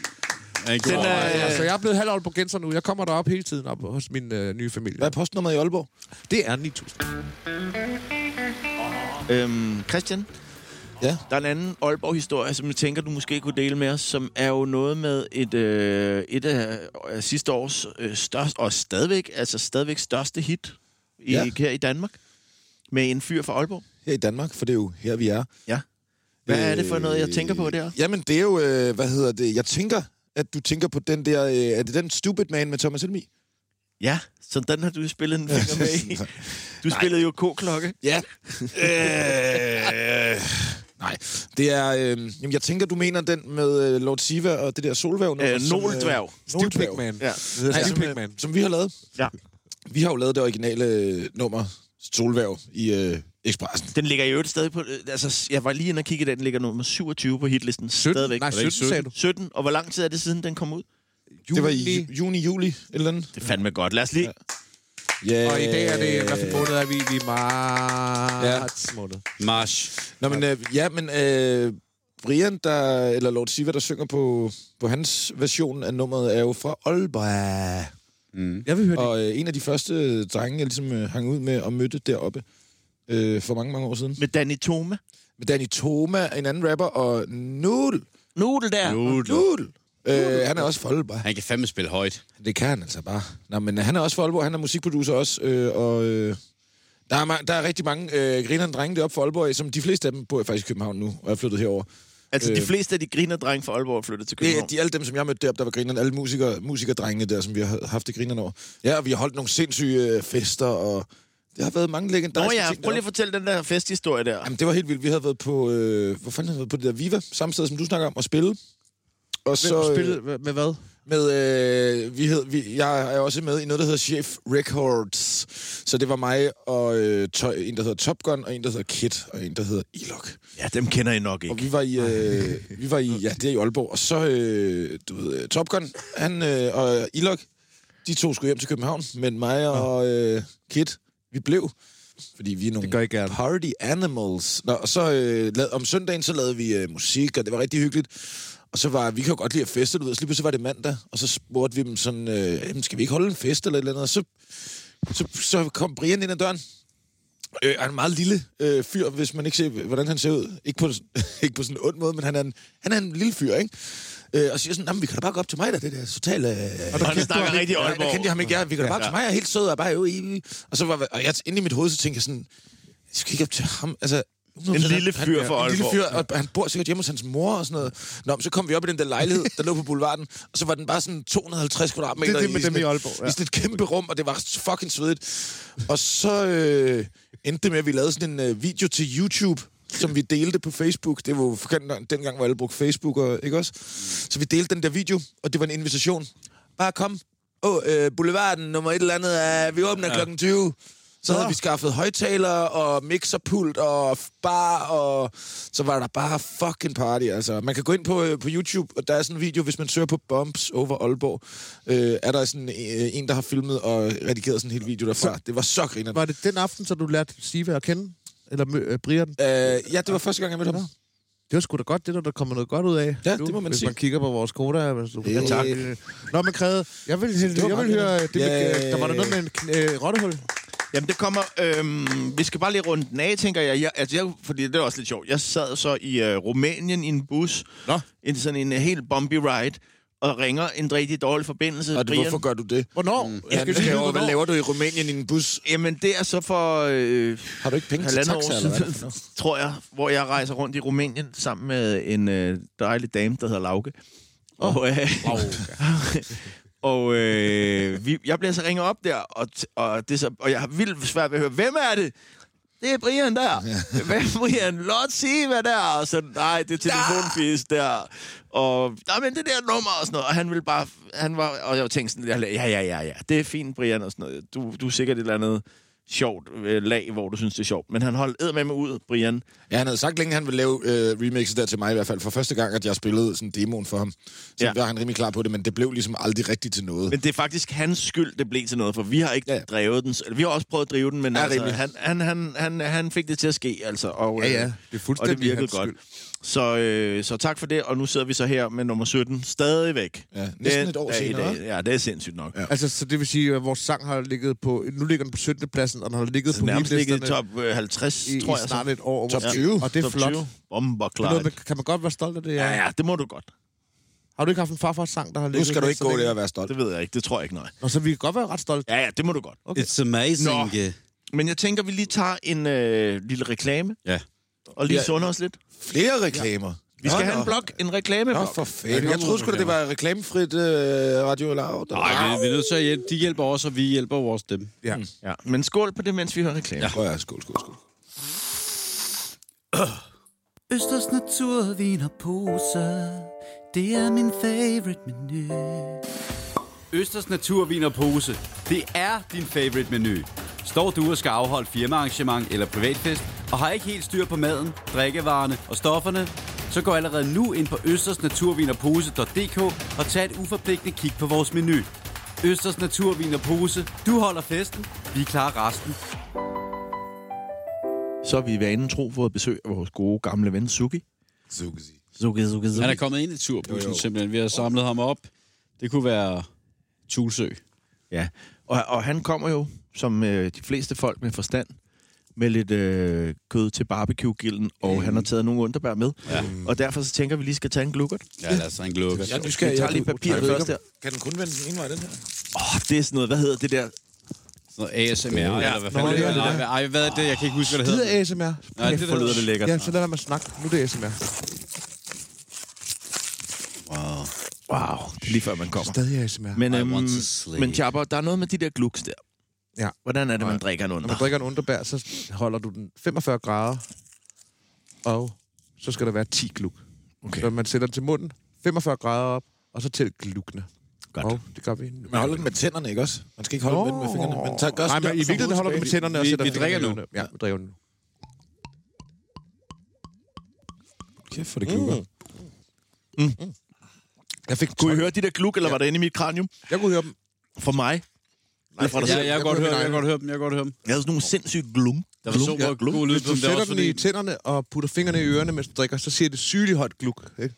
Speaker 3: er en god
Speaker 2: Den er-
Speaker 3: overvejelse.
Speaker 5: Øh,
Speaker 4: Ja, så jeg er blevet halv Aalborgenser nu. Jeg kommer derop hele tiden op hos min øh, nye familie.
Speaker 5: Hvad er postnummeret i Aalborg?
Speaker 4: Det er 9.000.
Speaker 2: Øhm, Christian?
Speaker 5: Ja?
Speaker 2: Der er en anden Aalborg-historie, som jeg tænker, du måske kunne dele med os, som er jo noget med et, øh, et af af sidste års øh, største, og stadigvæk, altså stadigvæk største hit i, ja.
Speaker 5: Ja.
Speaker 2: her i Danmark, med en fyr fra Aalborg.
Speaker 5: Her i Danmark, for det er jo her, vi er. Øh,
Speaker 2: Ja. Hvad er det for noget, jeg tænker på der?
Speaker 5: Jamen, det er jo, øh, hvad hedder det, jeg tænker, at du tænker på den der, øh, er det den Stupid Man med Thomas Helmi?
Speaker 2: Ja, så den har du spillet en finger med i. Du spillede jo K-klokke.
Speaker 5: Ja. øh, nej, det er, øh, jamen, jeg tænker, du mener den med øh, Lord Siva og det der solvæv.
Speaker 2: Øh, Noldværv.
Speaker 5: Noldværv.
Speaker 4: Stivpigman.
Speaker 2: Ja.
Speaker 4: Ja.
Speaker 5: Nej, som, øh,
Speaker 4: Stivpigman.
Speaker 5: som vi har lavet.
Speaker 2: Ja.
Speaker 5: Vi har jo lavet det originale øh, nummer, Solværv, i øh, Expressen.
Speaker 2: Den ligger i øvrigt stadig på... øh, Altså, jeg var lige inde og kigge i den. Den ligger nummer 27 på hitlisten.
Speaker 4: 17?
Speaker 2: Stadigvæk.
Speaker 4: Nej,
Speaker 2: Er det ikke
Speaker 4: 17, sagde du.
Speaker 2: 17. Og hvor lang tid er det siden, den kom ud?
Speaker 4: Juni.
Speaker 5: Det var i ju- juni, juli, et eller andet.
Speaker 2: Det er fandme godt. Lad os lige...
Speaker 5: Yeah.
Speaker 4: Og i dag er
Speaker 5: Øh.
Speaker 4: det, hvad for måned er vi? Vi er i marts ja. måned.
Speaker 3: Marsh.
Speaker 5: Nå, men, øh, ja, men øh, Brian, der, eller Lord Siva, der synger på, på hans version af nummeret, er jo fra Aalborg.
Speaker 4: Jeg vil høre det.
Speaker 5: Og øh, en af de første drenge, jeg ligesom øh, hang ud med og mødte deroppe øh, for mange, mange år siden.
Speaker 2: Med Danny Tome.
Speaker 5: Med Danny Toma, en anden rapper, og Nudel.
Speaker 2: Nudel der.
Speaker 3: Nudel.
Speaker 5: Nudel! Øh, han er også fra Aalborg.
Speaker 3: Han kan fandme spille højt.
Speaker 5: Det kan han altså bare. Nå, men han er også fra Aalborg, han er musikproducer også, øh, og øh, der, er, ma- der er rigtig mange øh, grinerende drenge deroppe fra Aalborg, som de fleste af dem bor faktisk i København nu, og er flyttet herover.
Speaker 2: Altså, de
Speaker 5: Øh.
Speaker 2: fleste af de grinerdrenge fra Aalborg er flyttet til
Speaker 5: Det er
Speaker 2: København.
Speaker 5: de, alle dem, som jeg mødte deroppe, der var grinerne, alle musikere, musikerdrengene der, som vi har haft det grinerne over. Ja, og vi har holdt nogle sindssyge øh, fester, og det har været mange
Speaker 2: Nå
Speaker 5: legendariske
Speaker 2: ja,
Speaker 5: ting.
Speaker 2: prøv lige
Speaker 5: deroppe.
Speaker 2: at fortælle den der festhistorie der.
Speaker 5: Jamen, det var helt vildt. Vi havde været på, øh, hvor fanden havde vi været på det der Viva, samme sted, som du snakker om, og spille. Og så
Speaker 4: Hvem
Speaker 5: øh,
Speaker 4: spillede med, med hvad?
Speaker 5: med, øh, vi hed, vi, jeg er også med i noget, der hedder Chef Records. Så det var mig og øh, to, en, der hedder Top Gun, og en, der hedder Kit, og en, der hedder Ilok.
Speaker 2: Ja, dem kender I nok
Speaker 5: Og vi var i, øh, vi var i ja, det er i Aalborg. Og så, øh, du ved, øh, Top Gun, han øh, og Ilok, de to skulle hjem til København, men mig og øh, Kit, vi blev. Fordi vi er nogle
Speaker 4: Det gør I gerne.
Speaker 5: party animals. Nå, og så øh, lad, om søndagen, så lavede vi øh, musik, og det var rigtig hyggeligt. Og så var, vi kan jo godt lide at feste, du ved, så lige pludselig var det mandag, og så spurgte vi dem sådan, øh, "Jamen, skal vi ikke holde en fest eller et eller andet? Og så, så, så kom Brian ind ad døren, Øh, han er en meget lille øh, fyr, hvis man ikke ser, hvordan han ser ud. Ikke på, ikke på sådan en ond måde, men han er en, han er en lille fyr, ikke? Øh, og siger sådan, "Nå, men vi kan da bare gå op til mig, der det der totale... Øh,
Speaker 2: Og han snakker rigtig
Speaker 5: Ja, der
Speaker 2: Aalborg.
Speaker 5: kendte jeg ham ikke. Jeg, vi kan da bare ja. til mig, jeg er helt sød, og bare jo i... Og så var og jeg, inde i mit hoved, så tænkte jeg sådan, jeg skal ikke op til ham. Altså, 100%
Speaker 2: En lille
Speaker 5: han-
Speaker 2: fyr
Speaker 5: han-
Speaker 2: fra
Speaker 5: En lille fyr,
Speaker 2: Aalborg.
Speaker 5: og han bor sikkert hjemme hos hans mor og sådan noget. Nå, men så kom vi op i den der lejlighed, der lå på boulevarden, og så var den bare sådan 250 kvadratmeter
Speaker 4: Det er det med
Speaker 5: sådan
Speaker 4: dem i
Speaker 5: et-
Speaker 4: Aalborg, ja.
Speaker 5: I sådan et kæmpe rum, og det var fucking svedigt. Og så øh, endte det med, at vi lavede sådan en øh, video til YouTube, som vi delte på Facebook. Det var jo forkendt- dengang, hvor alle brugte Facebook, og, ikke også? Så vi delte den der video, og det var en invitation. Bare kom. Åh, oh, øh, boulevarden nummer et eller andet, er, vi åbner ja. kl. 20. Så havde vi skaffet højtalere og mixerpult og f- bar, og så var der bare fucking party, altså. Man kan gå ind på, øh, på YouTube, og der er sådan en video, hvis man søger på Bumps over Aalborg, øh, er der sådan øh, en, der har filmet og redigeret sådan en hel video derfra. Det var så grinerende.
Speaker 4: Var det den aften, så du lærte Siva at kende? Eller mø- øh, Brian?
Speaker 5: Øh, ja, det var første gang, jeg mødte ham.
Speaker 4: Det var sgu da godt, det der, der kommer noget godt ud af.
Speaker 5: Ja, det må man
Speaker 4: hvis
Speaker 5: sige.
Speaker 4: man kigger på vores koder. Hvis du, ja,
Speaker 5: tak.
Speaker 4: Nå, men krævede, jeg vil,
Speaker 5: var
Speaker 4: jeg vil
Speaker 5: meget
Speaker 4: høre, øh,
Speaker 5: godt.
Speaker 4: det med,
Speaker 5: Ja.
Speaker 4: der var der noget med en kn- øh, rottehul.
Speaker 2: Jamen, det kommer... Øhm, vi skal bare lige runde den af, tænker jeg. jeg, altså, jeg fordi det er også lidt sjovt. Jeg sad så i øh, Rumænien i en bus.
Speaker 5: Nå.
Speaker 2: En, sådan en øh, helt bumpy ride. Og ringer en rigtig dårlig forbindelse.
Speaker 5: Og det, hvorfor gør du det?
Speaker 4: Hvornår?
Speaker 5: Mm. Ja,
Speaker 4: Jeg skal lige
Speaker 5: skal
Speaker 4: vide,
Speaker 5: over, hvad
Speaker 4: hvornår.
Speaker 5: laver du i Rumænien i en bus?
Speaker 2: Jamen, det er så for... Øh,
Speaker 5: Har du ikke penge til
Speaker 2: halvandet
Speaker 5: taxa,
Speaker 2: år
Speaker 5: eller hvad? er det for
Speaker 2: siden,
Speaker 5: noget?
Speaker 2: tror jeg, hvor jeg rejser rundt i Rumænien sammen med en øh, dejlig dame, der hedder Lauke. Og, øh, og øh, vi, jeg bliver så ringet op der, og, t- og, det er så, og jeg har vildt svært ved at høre, hvem er det? Det er Brian der. Hvem er Brian? Lot Siva der. Og så, nej, det er telefonfis der. Og, nej, men det der nummer og sådan noget. Og han ville bare, han var, og jeg tænkte sådan, jeg- ja, ja, ja, ja, det er fint, Brian og sådan noget. Du, du er sikkert et eller andet sjovt øh, lag, hvor du synes, det er sjovt. Men han holdt med mig ud, Brian.
Speaker 5: Ja, han havde sagt længe, han ville lave øh, remixet der til mig i hvert fald. For første gang, at jeg spillede sådan demoen for ham, så
Speaker 2: Ja.
Speaker 5: ja. var han rimelig klar på det, men det blev ligesom aldrig rigtigt til noget.
Speaker 2: Men det er faktisk hans skyld, det blev til noget, for vi har ikke
Speaker 5: Ja,
Speaker 2: ja.
Speaker 5: ja.
Speaker 2: drevet den. s- Eller, vi har også prøvet at drive den, men
Speaker 5: Ja,
Speaker 2: ja, altså,
Speaker 5: rimeligt.
Speaker 2: han, han, han, han, han fik det til at ske, altså. Og,
Speaker 4: Ja,
Speaker 2: øh,
Speaker 4: ja, det er
Speaker 2: og
Speaker 4: fuldstændig
Speaker 2: det virkede
Speaker 4: hans
Speaker 2: godt.
Speaker 4: skyld.
Speaker 2: Så, øh, så tak for det, og nu sidder vi så her med nummer 17 stadigvæk.
Speaker 5: Ja, næsten et år
Speaker 2: dag i
Speaker 5: senere.
Speaker 2: dag. Ja, det er sindssygt nok. Ja.
Speaker 4: Altså, så det vil sige, at vores sang har ligget på... Nu ligger den på 17. pladsen, og den har ligget på
Speaker 2: Nærmest ligget i
Speaker 4: hitlisterne
Speaker 2: top øh, 50,
Speaker 4: i,
Speaker 2: tror jeg.
Speaker 4: i snart
Speaker 2: så.
Speaker 4: et år.
Speaker 5: Top
Speaker 4: måske.
Speaker 5: 20.
Speaker 4: Og det er
Speaker 2: Top
Speaker 4: flot.
Speaker 2: 20. Bomber,
Speaker 4: Det er noget
Speaker 2: klart.
Speaker 4: med, kan man godt være stolt af det?
Speaker 2: Ja, ja, det må du godt.
Speaker 4: Har du ikke haft en farfars sang, der har ligget...
Speaker 5: nu skal du
Speaker 4: her
Speaker 5: ikke
Speaker 4: så
Speaker 5: gå
Speaker 4: længe?
Speaker 5: der og være stolt.
Speaker 2: Det ved jeg ikke. Det tror jeg ikke, nej.
Speaker 4: Nå, så vi kan godt være ret stolte.
Speaker 2: Ja, ja, det må du godt.
Speaker 4: Okay.
Speaker 3: It's amazing.
Speaker 2: Nå.
Speaker 3: øh.
Speaker 2: Men jeg tænker, vi lige tager en øh, lille reklame.
Speaker 3: Ja.
Speaker 2: Og lige
Speaker 5: Ja.
Speaker 2: sunder os lidt.
Speaker 5: Flere reklamer.
Speaker 2: Vi skal
Speaker 5: Nå,
Speaker 2: have
Speaker 5: nå.
Speaker 2: en blok, en
Speaker 5: Nå,
Speaker 2: reklameblok.
Speaker 5: for fanden. Jeg troede sgu da, det var reklamefrit øh, Radio Loud.
Speaker 3: Nej, vi, vi er nødt til at hjælpe. De hjælper os, og vi hjælper jo også dem.
Speaker 4: Ja.
Speaker 2: Ja, men skål på det, mens vi hører reklame.
Speaker 5: Ja. Prøv at skål, skål, skål.
Speaker 7: Østers naturvin og poser, det er min favorite menu.
Speaker 6: Østers Naturvin og Pose, det er din favorite menu. Står du og skal afholde firmaarrangement eller privatfest, og har ikke helt styr på maden, drikkevarerne og stofferne, så gå allerede nu ind på østersnaturvinerpose.dk og tag et uforpligtende kig på vores menu. Østers Naturvin og Pose, du holder festen, vi klarer resten.
Speaker 2: Så er vi i vanen tro for at besøge vores gode gamle ven, Suki.
Speaker 5: Suki.
Speaker 2: Suki, Suki,
Speaker 3: Han er
Speaker 2: Suki.
Speaker 3: kommet ind i turbussen simpelthen. Vi har samlet ham op. Det kunne være Tulsø.
Speaker 2: Ja, og, og han kommer jo, som øh, de fleste folk med forstand, med lidt øh, kød til barbecue-gilden, og
Speaker 3: Mm.
Speaker 2: han har taget nogle underbær med. Ja. Og derfor så tænker vi lige skal tage en glukkert.
Speaker 3: Ja, lad os en glukke.
Speaker 5: Ja, du
Speaker 2: Vi
Speaker 5: skal,
Speaker 2: tager lige papir først der.
Speaker 5: Kan den kun vende den ene vej, den her?
Speaker 2: Åh, det er sådan noget, hvad hedder det der?
Speaker 3: Noget ASMR, eller hvad fanden
Speaker 4: Nå,
Speaker 3: det
Speaker 4: det er
Speaker 3: er.
Speaker 4: det
Speaker 3: Nej, nej, hvad er det? Jeg kan ikke huske, hvad det
Speaker 4: Det
Speaker 3: hedder.
Speaker 4: er ASMR.
Speaker 3: Nej, det
Speaker 2: Hvor lyder det lækkert.
Speaker 4: Ja, så lad være med at snakke. Nu er det ASMR.
Speaker 2: Wow, det er lige før man kommer.
Speaker 4: Stadig ASMR.
Speaker 2: Men,
Speaker 3: I
Speaker 2: øhm,
Speaker 3: want to sleep.
Speaker 2: men Chapper, der er noget med de der gluks der.
Speaker 4: Ja.
Speaker 2: Hvordan er det, man drikker en under?
Speaker 4: Når man drikker en underbær, så holder du den 45 grader, og så skal der være 10 gluk.
Speaker 2: Okay.
Speaker 4: Okay. Så man sætter den til munden, 45 grader op, og så tæl glukene.
Speaker 2: Godt.
Speaker 4: Og det gør vi nu.
Speaker 5: Man holder den med tænderne, ikke også? Man skal ikke holde den med fingrene. Man tager gør
Speaker 4: Nej, men i virkeligheden holder du med tænderne og
Speaker 3: Vi-
Speaker 4: sætter
Speaker 3: vi drikker
Speaker 4: fingrene i
Speaker 3: nu.
Speaker 4: ørerne. Ja, vi drikker nu.
Speaker 5: Kæft for det klukker.
Speaker 4: Jeg fik
Speaker 2: Kunne I høre de der gluk, eller ja. var det inde i mit kranium?
Speaker 4: Jeg kunne høre dem.
Speaker 2: For mig? Nej, fra dig
Speaker 3: Ja,
Speaker 2: selv?
Speaker 3: jeg kan godt høre dem, jeg kan godt høre dem, jeg kan godt høre dem.
Speaker 2: Jeg havde sådan nogle sindssyge glum.
Speaker 3: Der var så meget god lyd
Speaker 4: Hvis
Speaker 3: på dem,
Speaker 4: du
Speaker 3: det var
Speaker 4: sætter
Speaker 3: også
Speaker 4: den
Speaker 3: fordi...
Speaker 4: i tænderne og putter fingrene i ørerne, mens du drikker, så siger det sygeligt højt gluk. Ikke?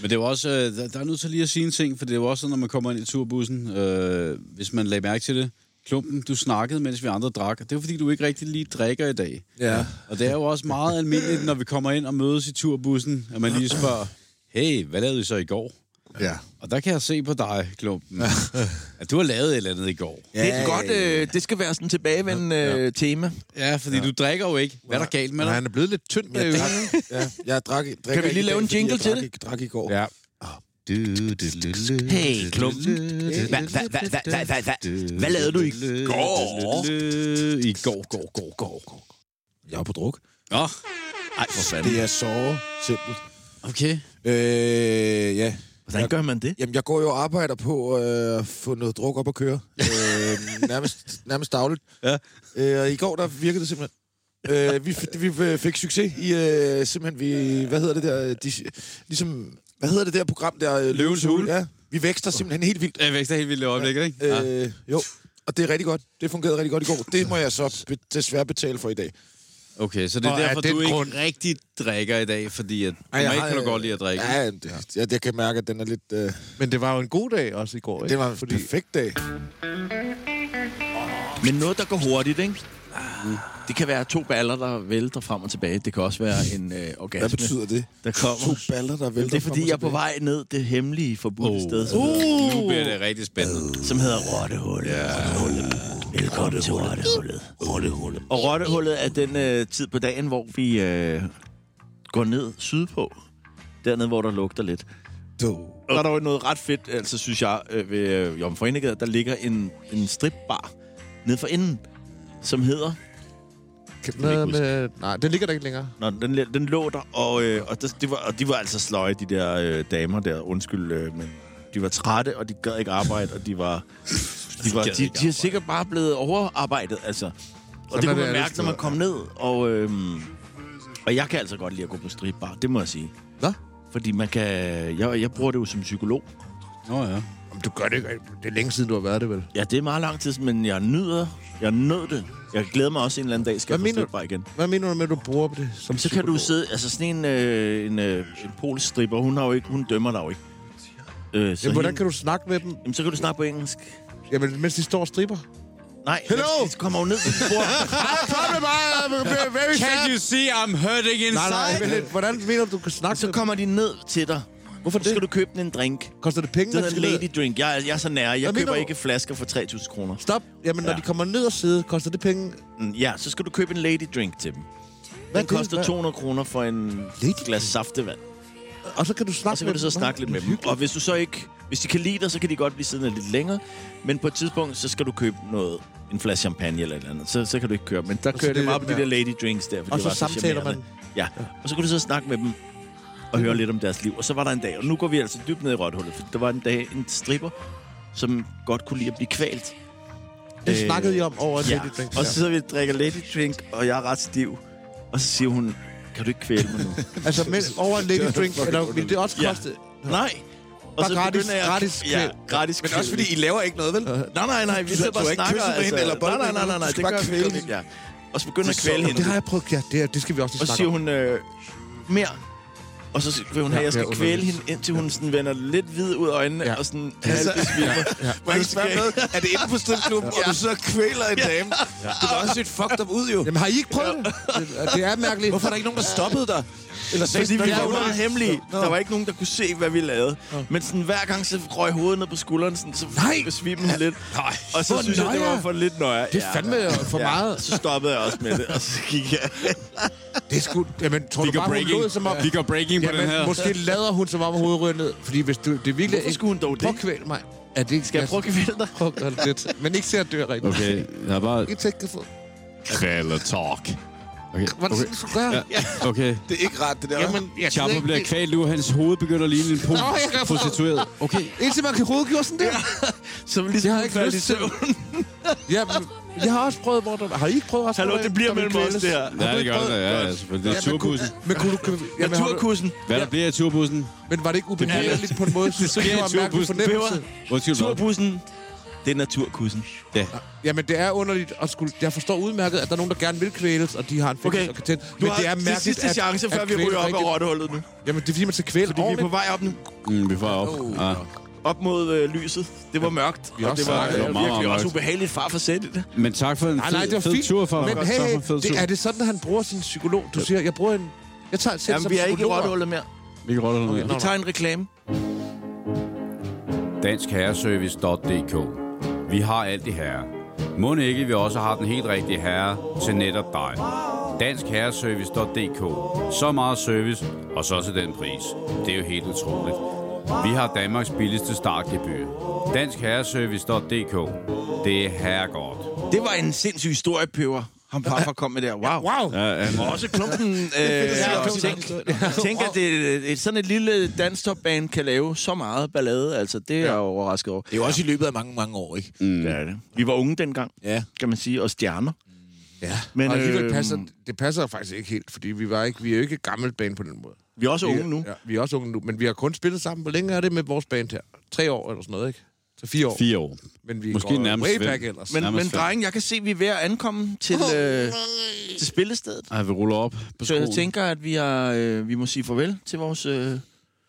Speaker 3: Men det var også, øh, der, der er nødt til lige at sige en ting, for det var også sådan, når man kommer ind i turbussen, øh, hvis man lagde mærke til det, klumpen, du snakkede, mens vi andre drak, og det var fordi, du ikke rigtig lige drikker i dag.
Speaker 4: Ja.
Speaker 3: Og det er jo også meget almindeligt, når vi kommer ind og mødes i turbussen, at man lige spørger, hey, hvad lavede I så i går?
Speaker 4: Ja.
Speaker 3: Og der kan jeg se på dig, Klumpen, at du har lavet et eller andet i går.
Speaker 2: Ja, det er et godt, øh, det skal være sådan tilbagevendende øh, tema.
Speaker 3: Ja, fordi ja. du drikker jo ikke. Hvad er der galt med
Speaker 4: Men
Speaker 3: dig?
Speaker 4: han er blevet lidt tynd med
Speaker 5: Jeg
Speaker 4: øl.
Speaker 5: drak, ja, jeg drak, drikker
Speaker 2: lige
Speaker 5: ikke i
Speaker 2: lave
Speaker 5: dag,
Speaker 2: en
Speaker 5: fordi
Speaker 2: jingle
Speaker 5: jeg
Speaker 2: til
Speaker 5: drak,
Speaker 2: det?
Speaker 5: i- drak i går.
Speaker 4: Ja.
Speaker 6: Hey, klumpen. Hva- hva- hva- hva- hva- hva- hva- Hvad lavede du i går?
Speaker 3: I går, går, går, går, går.
Speaker 5: Jeg var på druk.
Speaker 3: Nå,
Speaker 2: Ej, for fanden.
Speaker 5: Det er sove, simpelt.
Speaker 3: okay.
Speaker 5: Øh, ja.
Speaker 2: Hvordan gør man det?
Speaker 5: Jamen, jeg går jo og arbejder på øh, at få noget druk op at køre. Øh, nærmest, nærmest dagligt.
Speaker 3: Ja.
Speaker 5: Øh, og i går, der virkede det simpelthen. Øh, vi, f- vi øh, fik succes i øh, simpelthen, vi, hvad hedder det der, øh, de, ligesom, hvad hedder det der program der? øh,
Speaker 3: Løvens Hule.
Speaker 5: Ja, vi vækster simpelthen helt vildt.
Speaker 3: Jeg vækster helt vildt i øjeblikket, ikke? Ja.
Speaker 5: Øh, jo, og det er rigtig godt. Det fungerede rigtig godt i går. Det må jeg så be- desværre betale for i dag.
Speaker 3: Okay, så det er
Speaker 4: Og af
Speaker 3: derfor,
Speaker 4: den
Speaker 3: du ikke
Speaker 4: grund-
Speaker 3: rigtig drikker i dag, fordi at Ej, normalt kan du godt lide at drikke.
Speaker 5: Ja, det, ja, jeg kan mærke, at den er lidt... Øh,
Speaker 4: Men det var jo en god dag også i går, ikke?
Speaker 5: det var en Fordi... perfekt dag.
Speaker 2: Men noget, der går hurtigt, ikke? Ah, Det kan være to baller, der vælter frem og tilbage. Det kan også være en øh, orgasme.
Speaker 5: Hvad betyder det?
Speaker 2: Der kommer.
Speaker 5: To baller, der vælter
Speaker 2: Det er, fordi jeg er på vej ned det hemmelige forbudte oh. sted, som, uh.
Speaker 3: Nu bliver det rigtig spændende.
Speaker 2: som hedder Rottehullet. Yeah. Velkommen til Rottehullet. Rottehullet. Og Rottehullet er den øh, tid på dagen, hvor vi øh, går ned sydpå. Dernede, hvor der lugter lidt. Og der er dog noget ret fedt, altså synes jeg, øh, ved øh, Jomfru Indegade, der ligger en, en stripbar nede for enden, som hedder
Speaker 4: Hvad med... Nej, den ligger der ikke længere.
Speaker 2: Nå, den, li- den lå der, og, øh, og, det, det var, og de var altså sløje, de der øh, damer der. Undskyld, øh, men de var trætte, og de gad ikke arbejde, og de var... De, var,
Speaker 3: gad
Speaker 2: de,
Speaker 3: ikke
Speaker 2: de er
Speaker 3: arbejde.
Speaker 2: sikkert bare blevet overarbejdet, altså. Og det
Speaker 4: er
Speaker 2: kunne
Speaker 4: det
Speaker 2: man
Speaker 4: alle
Speaker 2: mærke, når man kom ned, og... Øh, og jeg kan altså godt lide at gå på stripbar, det må jeg sige.
Speaker 4: Nå?
Speaker 2: Fordi man kan... Jeg, jeg bruger det jo som psykolog.
Speaker 3: Nå ja.
Speaker 4: Jamen, du gør det ikke. Det er længe siden, du har været det, vel?
Speaker 2: Ja, det er meget lang tid, siden, men jeg nyder... Jeg nød det. Jeg glæder mig også en eller anden dag, skal
Speaker 4: Hvad
Speaker 2: jeg på
Speaker 4: mener du?
Speaker 2: stripbar igen.
Speaker 4: Hvad mener du med, at du bruger det som
Speaker 2: Jamen, så kan du
Speaker 4: psykolog?
Speaker 2: sidde... Altså, sådan en, øh, en, øh, en polsk stripper, hun, har jo ikke, hun dømmer dig jo ikke. Øh, så,
Speaker 4: Jamen, hvordan
Speaker 2: hende-
Speaker 4: kan du snakke med dem,
Speaker 2: jamen, så kan du snakke på engelsk.
Speaker 4: jamen, mens de står og stripper?
Speaker 2: Nej, Hello! så kommer hun ned til dit bord.
Speaker 4: Very
Speaker 3: Can you see I'm hurting
Speaker 4: Nej, nej,
Speaker 3: inside?
Speaker 4: men lidt, hvordan mener du, du kan snakke
Speaker 2: så
Speaker 4: med dem?
Speaker 2: kommer de ned til dig. Hvorfor det? Så skal du købe den en drink.
Speaker 4: Koster det penge?
Speaker 2: Det hedder
Speaker 4: at
Speaker 2: en
Speaker 4: de skal
Speaker 2: lady drink. Jeg, er- jeg er så nær. Jeg
Speaker 4: Hvad
Speaker 2: køber
Speaker 4: mener du?
Speaker 2: ikke flasker for 3.000 kroner.
Speaker 4: ned? Stop. Jamen, når
Speaker 2: Ja.
Speaker 4: de kommer ned og sidder, koster det penge?
Speaker 2: Mm, Ja, så skal du købe en lady drink til dem. Hvad
Speaker 4: det?
Speaker 2: koster
Speaker 4: Hvad?
Speaker 2: 200 kroner for en
Speaker 4: Lady
Speaker 2: glas saftevand?
Speaker 4: Og så kan du snakke
Speaker 2: Og så kan
Speaker 4: med
Speaker 2: du så
Speaker 4: dem.
Speaker 2: snakke lidt med dem. Og hvis du så ikke... Hvis de kan lide dig, så kan de godt blive siddende lidt længere. Men på et tidspunkt, så skal du købe noget en flaske champagne eller et eller andet. Så, så kan du ikke køre. Men der kører
Speaker 4: det
Speaker 2: det meget
Speaker 4: lidt
Speaker 2: på de
Speaker 4: mere.
Speaker 2: der lady drinks der. fordi
Speaker 4: Og
Speaker 2: det
Speaker 4: så
Speaker 2: var
Speaker 4: samtaler
Speaker 2: charmerende. Ja, og så kan du så snakke med dem og høre lidt om deres liv. Og så var der en dag, og nu går vi altså dybt ned i rothullet, for der var en dag en stripper, som godt kunne lide at blive kvalt.
Speaker 4: Det
Speaker 2: Øh,
Speaker 4: snakkede I om over en
Speaker 2: Ja,
Speaker 4: lady drink.
Speaker 2: og så sidder vi og drikker lady drink, og jeg er ret stiv. Og så siger hun, kan du ikke kvæle mig nu?
Speaker 4: Altså, men, over en lady drink, eller, vil det også
Speaker 2: Ja.
Speaker 4: koste...
Speaker 2: Nej. Og
Speaker 4: Bare gratis-
Speaker 2: begynder jeg-
Speaker 4: gratis
Speaker 2: ja,
Speaker 4: kvæl.
Speaker 2: gratis
Speaker 5: Men også fordi I laver ikke noget, vel?
Speaker 2: Nej, nej, nej, vi sidder bare
Speaker 5: har
Speaker 2: og
Speaker 5: ikke
Speaker 2: snakker.
Speaker 5: kysset med hende eller boldet
Speaker 2: nej, nej, nej,
Speaker 5: hende.
Speaker 2: nej, nej,
Speaker 5: Du skal
Speaker 2: det
Speaker 5: bare
Speaker 2: gør vi
Speaker 5: kvæle
Speaker 2: ikke. Ja. Og så begynder at kvæle
Speaker 4: Nå,
Speaker 2: hende.
Speaker 4: Det har jeg prøvet. Ja, det, er- det skal vi også lige
Speaker 2: Og så
Speaker 4: snakke
Speaker 2: siger
Speaker 4: om.
Speaker 2: hun, øh, mere. Og så vil hun have, at jeg skal
Speaker 4: Ja,
Speaker 2: kvæle
Speaker 4: underligt.
Speaker 2: hende, indtil hun sådan vender lidt hvid ud af øjnene,
Speaker 4: Ja. Altså,
Speaker 2: og sådan halvbesvimer.
Speaker 5: Må jeg ikke spørge om noget? Er det inde på stripklubben, hvor du så kvæler en dame? Du var også set fucked up ud, jo.
Speaker 4: Jamen, har I ikke prøvet det? Det- Det er mærkeligt.
Speaker 5: Hvorfor er der ikke nogen, der stoppede dig? Eller sagde,
Speaker 2: Fordi vi
Speaker 5: "Hvad
Speaker 2: var
Speaker 5: laver du?"
Speaker 2: meget hemmelige. Der var ikke nogen, der kunne se, hvad vi lavede. Men sådan, hver gang så røg hovedet ned på skulderen, sådan, så besvimede hun lidt. Og så
Speaker 4: Hvor
Speaker 2: synes jeg, det
Speaker 4: nøjer.
Speaker 2: var for lidt nøje.
Speaker 4: Det er fandme for meget.
Speaker 2: Så stoppede jeg også med det, og så gik jeg.
Speaker 4: Det er sgu... Jamen, tror
Speaker 3: Vi
Speaker 4: du
Speaker 3: går
Speaker 4: bare, hun
Speaker 3: breaking,
Speaker 4: lod som om...
Speaker 3: vi går breaking på den her.
Speaker 4: Jamen, måske lader hun som om, at hovedet ryger ned. Fordi hvis du... Det er virkelig...
Speaker 2: Hvorfor skulle hun dog
Speaker 4: Prøv at
Speaker 2: det?
Speaker 4: kvæle mig. Er det ikke...
Speaker 2: Skal jeg prøve at kvæle dig?
Speaker 4: Prøv at gøre det lidt. Men ikke til at dø rigtigt.
Speaker 3: Okay, jeg er bare...
Speaker 4: Ikke til at få...
Speaker 3: Kvæler talk. Okay,
Speaker 4: Hvordan
Speaker 3: okay.
Speaker 4: skal du gøre?
Speaker 3: Ja, okay.
Speaker 5: Det er ikke rart, det der.
Speaker 4: Jamen, jeg
Speaker 3: Chapper bliver kvalt nu, hans hoved begynder at ligne en po
Speaker 4: Nå, jeg kan-
Speaker 3: prostitueret. Okay,
Speaker 4: Indtil man kan hovedgjorde sådan der.
Speaker 2: Så vil
Speaker 4: Jeg
Speaker 2: ligesom
Speaker 4: har ikke
Speaker 2: falde i
Speaker 4: lyst til-
Speaker 2: søvn.
Speaker 4: Ja, men jeg har også prøvet, hvor der... Har I ikke prøvet også?
Speaker 2: Hallo,
Speaker 4: hvor der-
Speaker 2: det bliver
Speaker 4: der vil
Speaker 2: mellem os,
Speaker 4: kvæles?
Speaker 2: det her.
Speaker 4: Har
Speaker 3: ja,
Speaker 4: du
Speaker 3: det
Speaker 4: ikke
Speaker 3: gør
Speaker 4: prøvet-
Speaker 3: det. Ja, ja, selvfølgelig. Det er
Speaker 4: Ja, men kunne-
Speaker 3: turbussen.
Speaker 4: Men kunne du... købe- Jamen, har du-
Speaker 2: Turkussen.
Speaker 3: Hvad der bliver i turbussen?
Speaker 4: Men var det ikke ubehageligt på en måde? Så
Speaker 3: sker
Speaker 4: det
Speaker 3: i
Speaker 4: var en mærkelig
Speaker 3: turbussen.
Speaker 4: fornemmelse.
Speaker 3: Undskyld, hvad?
Speaker 2: Turbussen. Det er naturkussen.
Speaker 3: Ja.
Speaker 4: Jamen, det er underligt. Og skulle, jeg forstår udmærket, at der er nogen, der gerne vil kvæles, og de har en fetish
Speaker 2: Okay.
Speaker 4: og kan tænde.
Speaker 2: Du har
Speaker 4: det er
Speaker 2: det
Speaker 4: mærkeligt,
Speaker 2: sidste chance, før vi
Speaker 4: kvæle
Speaker 2: ryger op
Speaker 4: rigtigt-
Speaker 2: af rottehullet nu.
Speaker 4: Jamen, det er fordi, man skal kvæle
Speaker 2: Fordi vi er på vej op nu.
Speaker 3: Mm, vi får op. Ja.
Speaker 2: Op mod øh, lyset. Det var mørkt, og det
Speaker 4: også
Speaker 2: var
Speaker 4: snakket
Speaker 2: øh,
Speaker 3: meget,
Speaker 4: om
Speaker 3: meget
Speaker 2: virkelig også
Speaker 3: mørkt.
Speaker 2: ubehageligt far for sæt i det.
Speaker 3: Men tak for en
Speaker 4: Ah, Nej, nej, det
Speaker 3: fed,
Speaker 4: var
Speaker 3: fed
Speaker 4: fint.
Speaker 3: tur, far.
Speaker 4: Men
Speaker 3: Tak
Speaker 4: hey,
Speaker 3: for en fed tur.
Speaker 4: det, er det sådan, at han bruger sin psykolog? Du siger, jeg bruger en... Jeg tager selv
Speaker 2: Jamen,
Speaker 4: som
Speaker 2: vi er ikke i
Speaker 4: psykolog.
Speaker 2: rottehullet mere.
Speaker 3: Vi kan rotte noget.
Speaker 2: Vi tager en reklame.
Speaker 3: danskherreservice.dk. Vi har alt i herre. Må ikke, vi også har den helt rigtige herre til netop dig. Danskherreservice.dk. Så meget service, og så til den pris. Det er jo helt utroligt. Vi har Danmarks billigste startgebyr. Danskherreservice.dk. Det er herregård.
Speaker 2: Det var en sindssyg historie, Peber. Ham farfar kom med der. Wow. Ja, wow.
Speaker 8: Ja, ja.
Speaker 2: Og også klumpen. Øh, tænk, tænk, at det, øh, et, sådan et lille danstopband kan lave så meget ballade. Altså, det er jeg overrasket over.
Speaker 5: Det er jo også i løbet af mange, mange år, ikke?
Speaker 2: Mm. Det er det. Vi var unge dengang,
Speaker 5: Ja.
Speaker 2: kan man sige, og stjerner.
Speaker 4: Ja,
Speaker 2: Men,
Speaker 4: men, og alligevel
Speaker 2: øhm,
Speaker 4: passer, det passer faktisk ikke helt, fordi vi, var ikke, vi er jo ikke gammelt band på den måde.
Speaker 2: Vi er også unge nu.
Speaker 4: Ja, vi er også unge nu, men vi har kun spillet sammen. Hvor længe er det med vores band her? Tre år eller sådan noget, ikke? Så fire år.
Speaker 8: Fire år.
Speaker 4: Men vi
Speaker 8: Måske
Speaker 4: går
Speaker 8: nærmest
Speaker 4: way
Speaker 8: vel.
Speaker 4: back ellers.
Speaker 2: Men,
Speaker 8: Nærmest
Speaker 2: men
Speaker 8: fem.
Speaker 2: dreng, jeg kan se, at vi er ved at ankomme til, øh, til spillestedet.
Speaker 8: Ej, vi ruller op på
Speaker 2: Så jeg
Speaker 8: skolen.
Speaker 2: tænker, at vi, er, øh, vi må sige farvel til vores øh,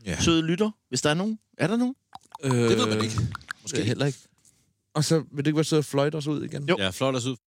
Speaker 5: Ja.
Speaker 2: søde lytter, hvis der er nogen. Er der nogen?
Speaker 4: øh, det ved man ikke. Måske heller ikke. Og så vil det ikke være sødt at fløjte os ud igen?
Speaker 2: Jo.
Speaker 8: Ja, flot os ud.